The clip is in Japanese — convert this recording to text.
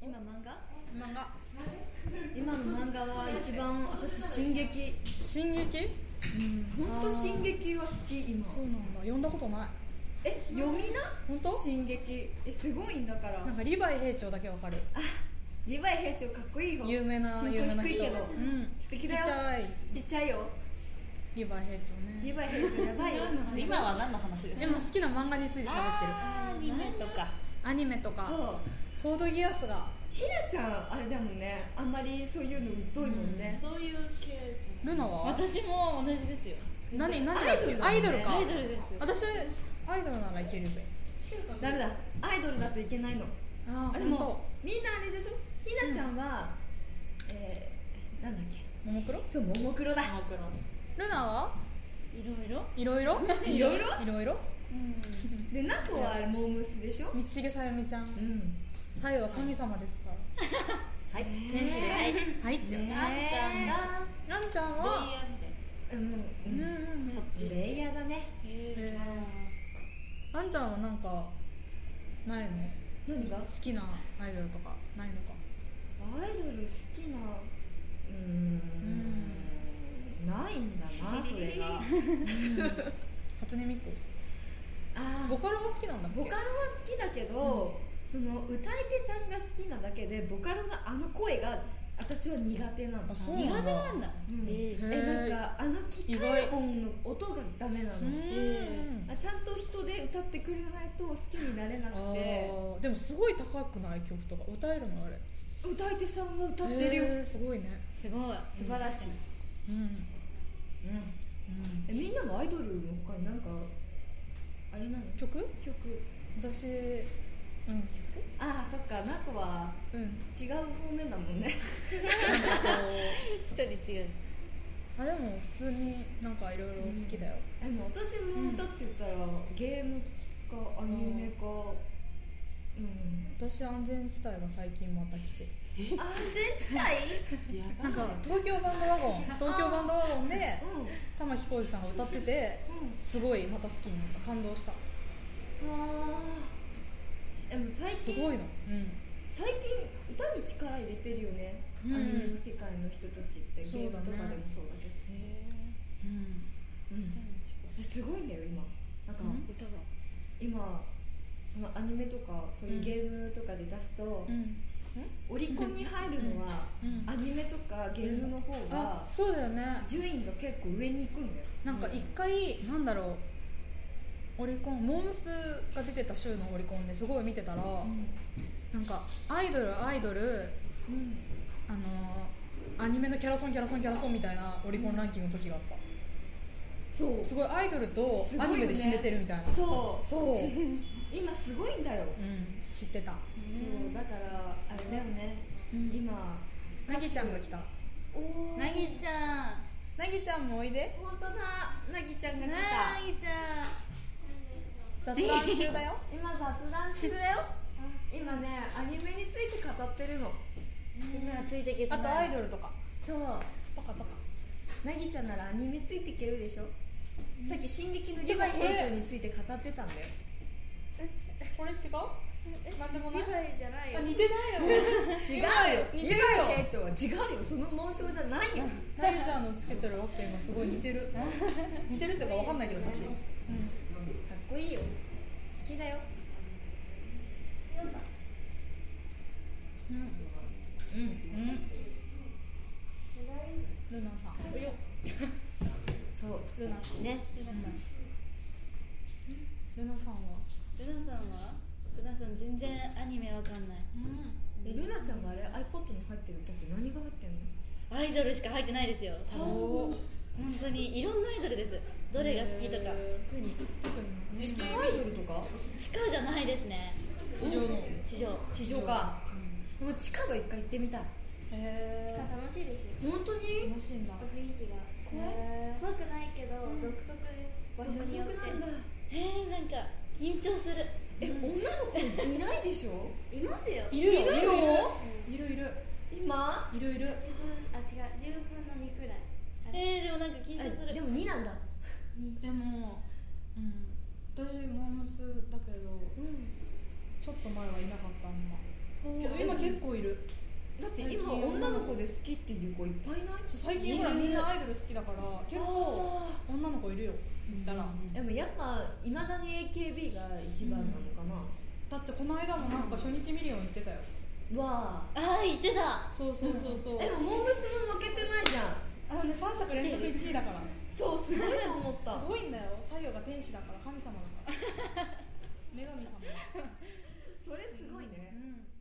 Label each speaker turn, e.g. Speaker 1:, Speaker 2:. Speaker 1: 今漫画
Speaker 2: 漫画
Speaker 1: 今の漫画は一番私進撃
Speaker 2: 「進撃」
Speaker 1: 本当進撃が好き今
Speaker 2: そうなんだ読んだことない
Speaker 1: え読みな
Speaker 2: 本当
Speaker 1: 進撃えすごいんだから
Speaker 2: なんかリヴァイ兵長だけわかる
Speaker 1: リヴァイ兵長かっこいいよ
Speaker 2: 有名な
Speaker 1: 身
Speaker 2: 有名
Speaker 1: 長
Speaker 2: な
Speaker 1: 低いけど
Speaker 2: うん、
Speaker 1: 素敵だよ
Speaker 2: ちっちゃい
Speaker 1: ちっちゃいよ
Speaker 2: リヴァイ兵長ね
Speaker 1: リヴァイ兵長やばいよ
Speaker 3: 今は何の話ですか
Speaker 2: でも好きな漫画について喋ってる
Speaker 3: あーアニメとか
Speaker 2: アニメとか
Speaker 1: そう
Speaker 2: コードギアスが
Speaker 1: ひなちゃんあれだもんねあんまりそういうの疎いもんね、
Speaker 3: そういう系じ
Speaker 2: ルナは
Speaker 4: 私も同じですよ
Speaker 2: 何何だっけ
Speaker 1: ア
Speaker 2: ア
Speaker 1: イ
Speaker 2: イ
Speaker 1: ド
Speaker 2: ド
Speaker 1: ル
Speaker 2: ル
Speaker 1: だ
Speaker 2: か
Speaker 4: アイドルです
Speaker 2: 私アイドルならいけるべ
Speaker 1: ダメだアイドルだといけないのあ
Speaker 2: ああ
Speaker 1: で
Speaker 2: で
Speaker 1: も
Speaker 2: も
Speaker 1: みんなあれでしょひなちゃんは、えー、なんだっけ
Speaker 2: ももクロ
Speaker 1: そうももクロだ
Speaker 3: ゃんももクロ
Speaker 2: ルナはい
Speaker 4: ろいろ
Speaker 2: いろいろ
Speaker 1: いろいろ
Speaker 2: いろいろ
Speaker 4: うん
Speaker 1: でなこはモームスでしょ
Speaker 2: 道重さゆみちゃん
Speaker 1: うん
Speaker 2: さゆは神様ですから
Speaker 3: はい
Speaker 2: 天使です
Speaker 1: ね
Speaker 2: はいって
Speaker 1: ね
Speaker 3: あんちゃんが
Speaker 2: ランちゃん
Speaker 3: レイ
Speaker 2: は
Speaker 3: ヤーみたいな
Speaker 1: うんう
Speaker 2: うんんうんう
Speaker 1: うん
Speaker 2: ん
Speaker 3: そっち
Speaker 1: レイヤーだね
Speaker 4: え
Speaker 2: えランちゃんはなんかないの
Speaker 1: 何が
Speaker 2: 好きなアイドルとかないのか
Speaker 1: アイドル好きなうーんないんだなそれが
Speaker 2: 初音ミク
Speaker 1: あ
Speaker 2: ボカロが好きなんだっけ
Speaker 1: ボカロは好きだけど、その歌い手さんが好きなだけでボカロのあの声が私は苦手なの
Speaker 2: あそう
Speaker 4: 苦
Speaker 2: な
Speaker 4: 手
Speaker 2: んだ
Speaker 4: なんだ
Speaker 1: うん
Speaker 2: へー
Speaker 1: えなんかあの機械音の音がダメなの
Speaker 2: う、ーん
Speaker 1: あちゃんと人で歌ってくれないと好きになれな
Speaker 2: あ
Speaker 1: くて
Speaker 2: ーでもすごい高くない曲とか歌えるのあれ
Speaker 1: 歌い手さんは歌ってるよ、
Speaker 2: へーすごいね
Speaker 4: すごい
Speaker 1: 素晴らしい、
Speaker 2: うん
Speaker 1: えみんなもアイドルの他になんかあれなの
Speaker 2: うん曲
Speaker 1: 曲
Speaker 2: 私うん
Speaker 1: ああそっかなこは
Speaker 2: うん
Speaker 1: 違う方面だもん ね
Speaker 2: なんかこ
Speaker 4: 一人違う
Speaker 2: うあでも普通になんかいろいろ好きだよ
Speaker 1: でも私も歌って言ったら、ゲームかアニメかうん
Speaker 2: 私安全地帯が最近また来て
Speaker 1: 安全地帯
Speaker 3: やば
Speaker 2: なんか東京バンドワゴン東京バンドワゴンで
Speaker 1: うん
Speaker 2: 玉置浩二さんが歌ってて
Speaker 1: うん
Speaker 2: すごいまた好きになった感動した
Speaker 1: あーでも最
Speaker 2: す
Speaker 1: 近
Speaker 2: ごいのうん
Speaker 1: 最近歌に力入れてるよね、
Speaker 2: うん
Speaker 1: アニメの世界の人たちって
Speaker 2: そう
Speaker 1: ゲーム
Speaker 2: だね
Speaker 1: とかでもそうだけど
Speaker 2: うん
Speaker 1: えすごいんだよ今なんか、
Speaker 2: うん
Speaker 4: 歌が
Speaker 1: 今そのアニメとかそういうゲームとかで出すと、
Speaker 2: うん
Speaker 1: オリコンに入るのは、
Speaker 2: うん
Speaker 1: アニメとかゲームの方
Speaker 2: あ
Speaker 1: が、
Speaker 2: そうだよね
Speaker 1: 順位が結構上に行くんだよ
Speaker 2: なんか一回、なんだろうオリコンモームスが出てた週のオリコンですごい見てたら、
Speaker 1: うん、
Speaker 2: なんかアイドルアイドル
Speaker 1: うん、
Speaker 2: あのーアニメのキャラソンキャラソンキャラソンみたいなオリコンランキングの時があった、
Speaker 1: そう
Speaker 2: すごいアイドルと
Speaker 1: すごい
Speaker 2: ア
Speaker 1: よね
Speaker 2: ニメで知れてるみたいな、
Speaker 1: そう
Speaker 2: そう、う
Speaker 1: 今すごいんだよ、
Speaker 2: ん、知ってた
Speaker 1: そうだからあれだよね、
Speaker 2: うん
Speaker 1: 今
Speaker 2: なぎちゃんが来た
Speaker 1: おお
Speaker 4: なぎちゃん
Speaker 2: なぎちゃんもおいで
Speaker 1: 本当だなぎちゃんが来
Speaker 4: な
Speaker 1: た
Speaker 4: ぎちゃん
Speaker 2: 雑談中だよ
Speaker 1: 今雑談中 だよ今ねアニメについて語ってるの
Speaker 4: みんなついていけて
Speaker 2: あ
Speaker 4: ない
Speaker 2: とアイドルとか
Speaker 1: そう
Speaker 2: とかとか
Speaker 1: なぎちゃんならアニメついていけるでしょ、さっき「進撃のリヴァイ兵長」について語ってたんだよ
Speaker 2: これ違うなんでもない
Speaker 4: リヴァイじゃないよ
Speaker 2: あ似てないよ
Speaker 1: 違うよ
Speaker 2: 似
Speaker 1: リ
Speaker 2: て
Speaker 1: ヴ
Speaker 2: るよ
Speaker 1: ァイ兵長は違うよその紋章じゃないよ
Speaker 2: なぎちゃんのつけてるワッペンがすごい似てる似てるっていうかわかんないけど私、うん、
Speaker 1: かっこいいよ好きだよ
Speaker 2: うんうんルナさん
Speaker 1: そう
Speaker 2: ルナさん
Speaker 1: ね
Speaker 4: ルナさん
Speaker 2: ルナさんは
Speaker 4: ルナさんはルナさん全然アニメわかんない
Speaker 1: えルナちゃんはあれ iPod に入ってる歌って何が入ってんの
Speaker 4: アイドルしか入ってないですよ
Speaker 2: おー
Speaker 4: 本当にいろんなアイドルですどれが好きとか
Speaker 2: へ
Speaker 4: 特に
Speaker 1: 地下アイドルとか
Speaker 4: 地下じゃないですね
Speaker 2: 地上の
Speaker 4: 地上
Speaker 1: 地上か、もう地下は一回行ってみたい
Speaker 2: へー
Speaker 5: 楽しいですよ
Speaker 1: 本当に
Speaker 2: 楽しいんだ
Speaker 5: ちょっと雰囲気が
Speaker 1: 怖い
Speaker 2: へ
Speaker 5: 怖くないけど独特です場
Speaker 1: 独
Speaker 5: 所
Speaker 1: 特
Speaker 5: によって
Speaker 1: なんだ
Speaker 4: えー、なんか緊張する
Speaker 1: え、女の子いないでしょ
Speaker 5: いますよ
Speaker 2: ーいるよいるよ
Speaker 1: いるいる今
Speaker 2: いるいる
Speaker 5: 自分あ違う10分の2くらい
Speaker 4: えー、でもなんか緊張す
Speaker 1: あ
Speaker 4: る
Speaker 1: でも2なんだ
Speaker 2: でもうん私モームスだけど
Speaker 1: うん
Speaker 2: ちょっと前はいなかったあんまけど今結結構いる
Speaker 1: だって今女の子で好きっていう子いっぱいない
Speaker 2: そう最近ほらみんなアイドル好きだから結構女の子いるよだら、
Speaker 1: でもやっぱいまだに AKB が一番なのか
Speaker 2: だってこの間もなんか初日ミリオン行ってたよ
Speaker 1: な、わあ
Speaker 4: ああ言ってた
Speaker 2: そうそうそうそう
Speaker 1: でもモー娘も負けてないじゃん
Speaker 2: あのね3作連続1位だから
Speaker 1: そうすごいと思った
Speaker 2: すごいんだよ作業が天使だから神様だから女神様
Speaker 1: それすごいね、
Speaker 2: うん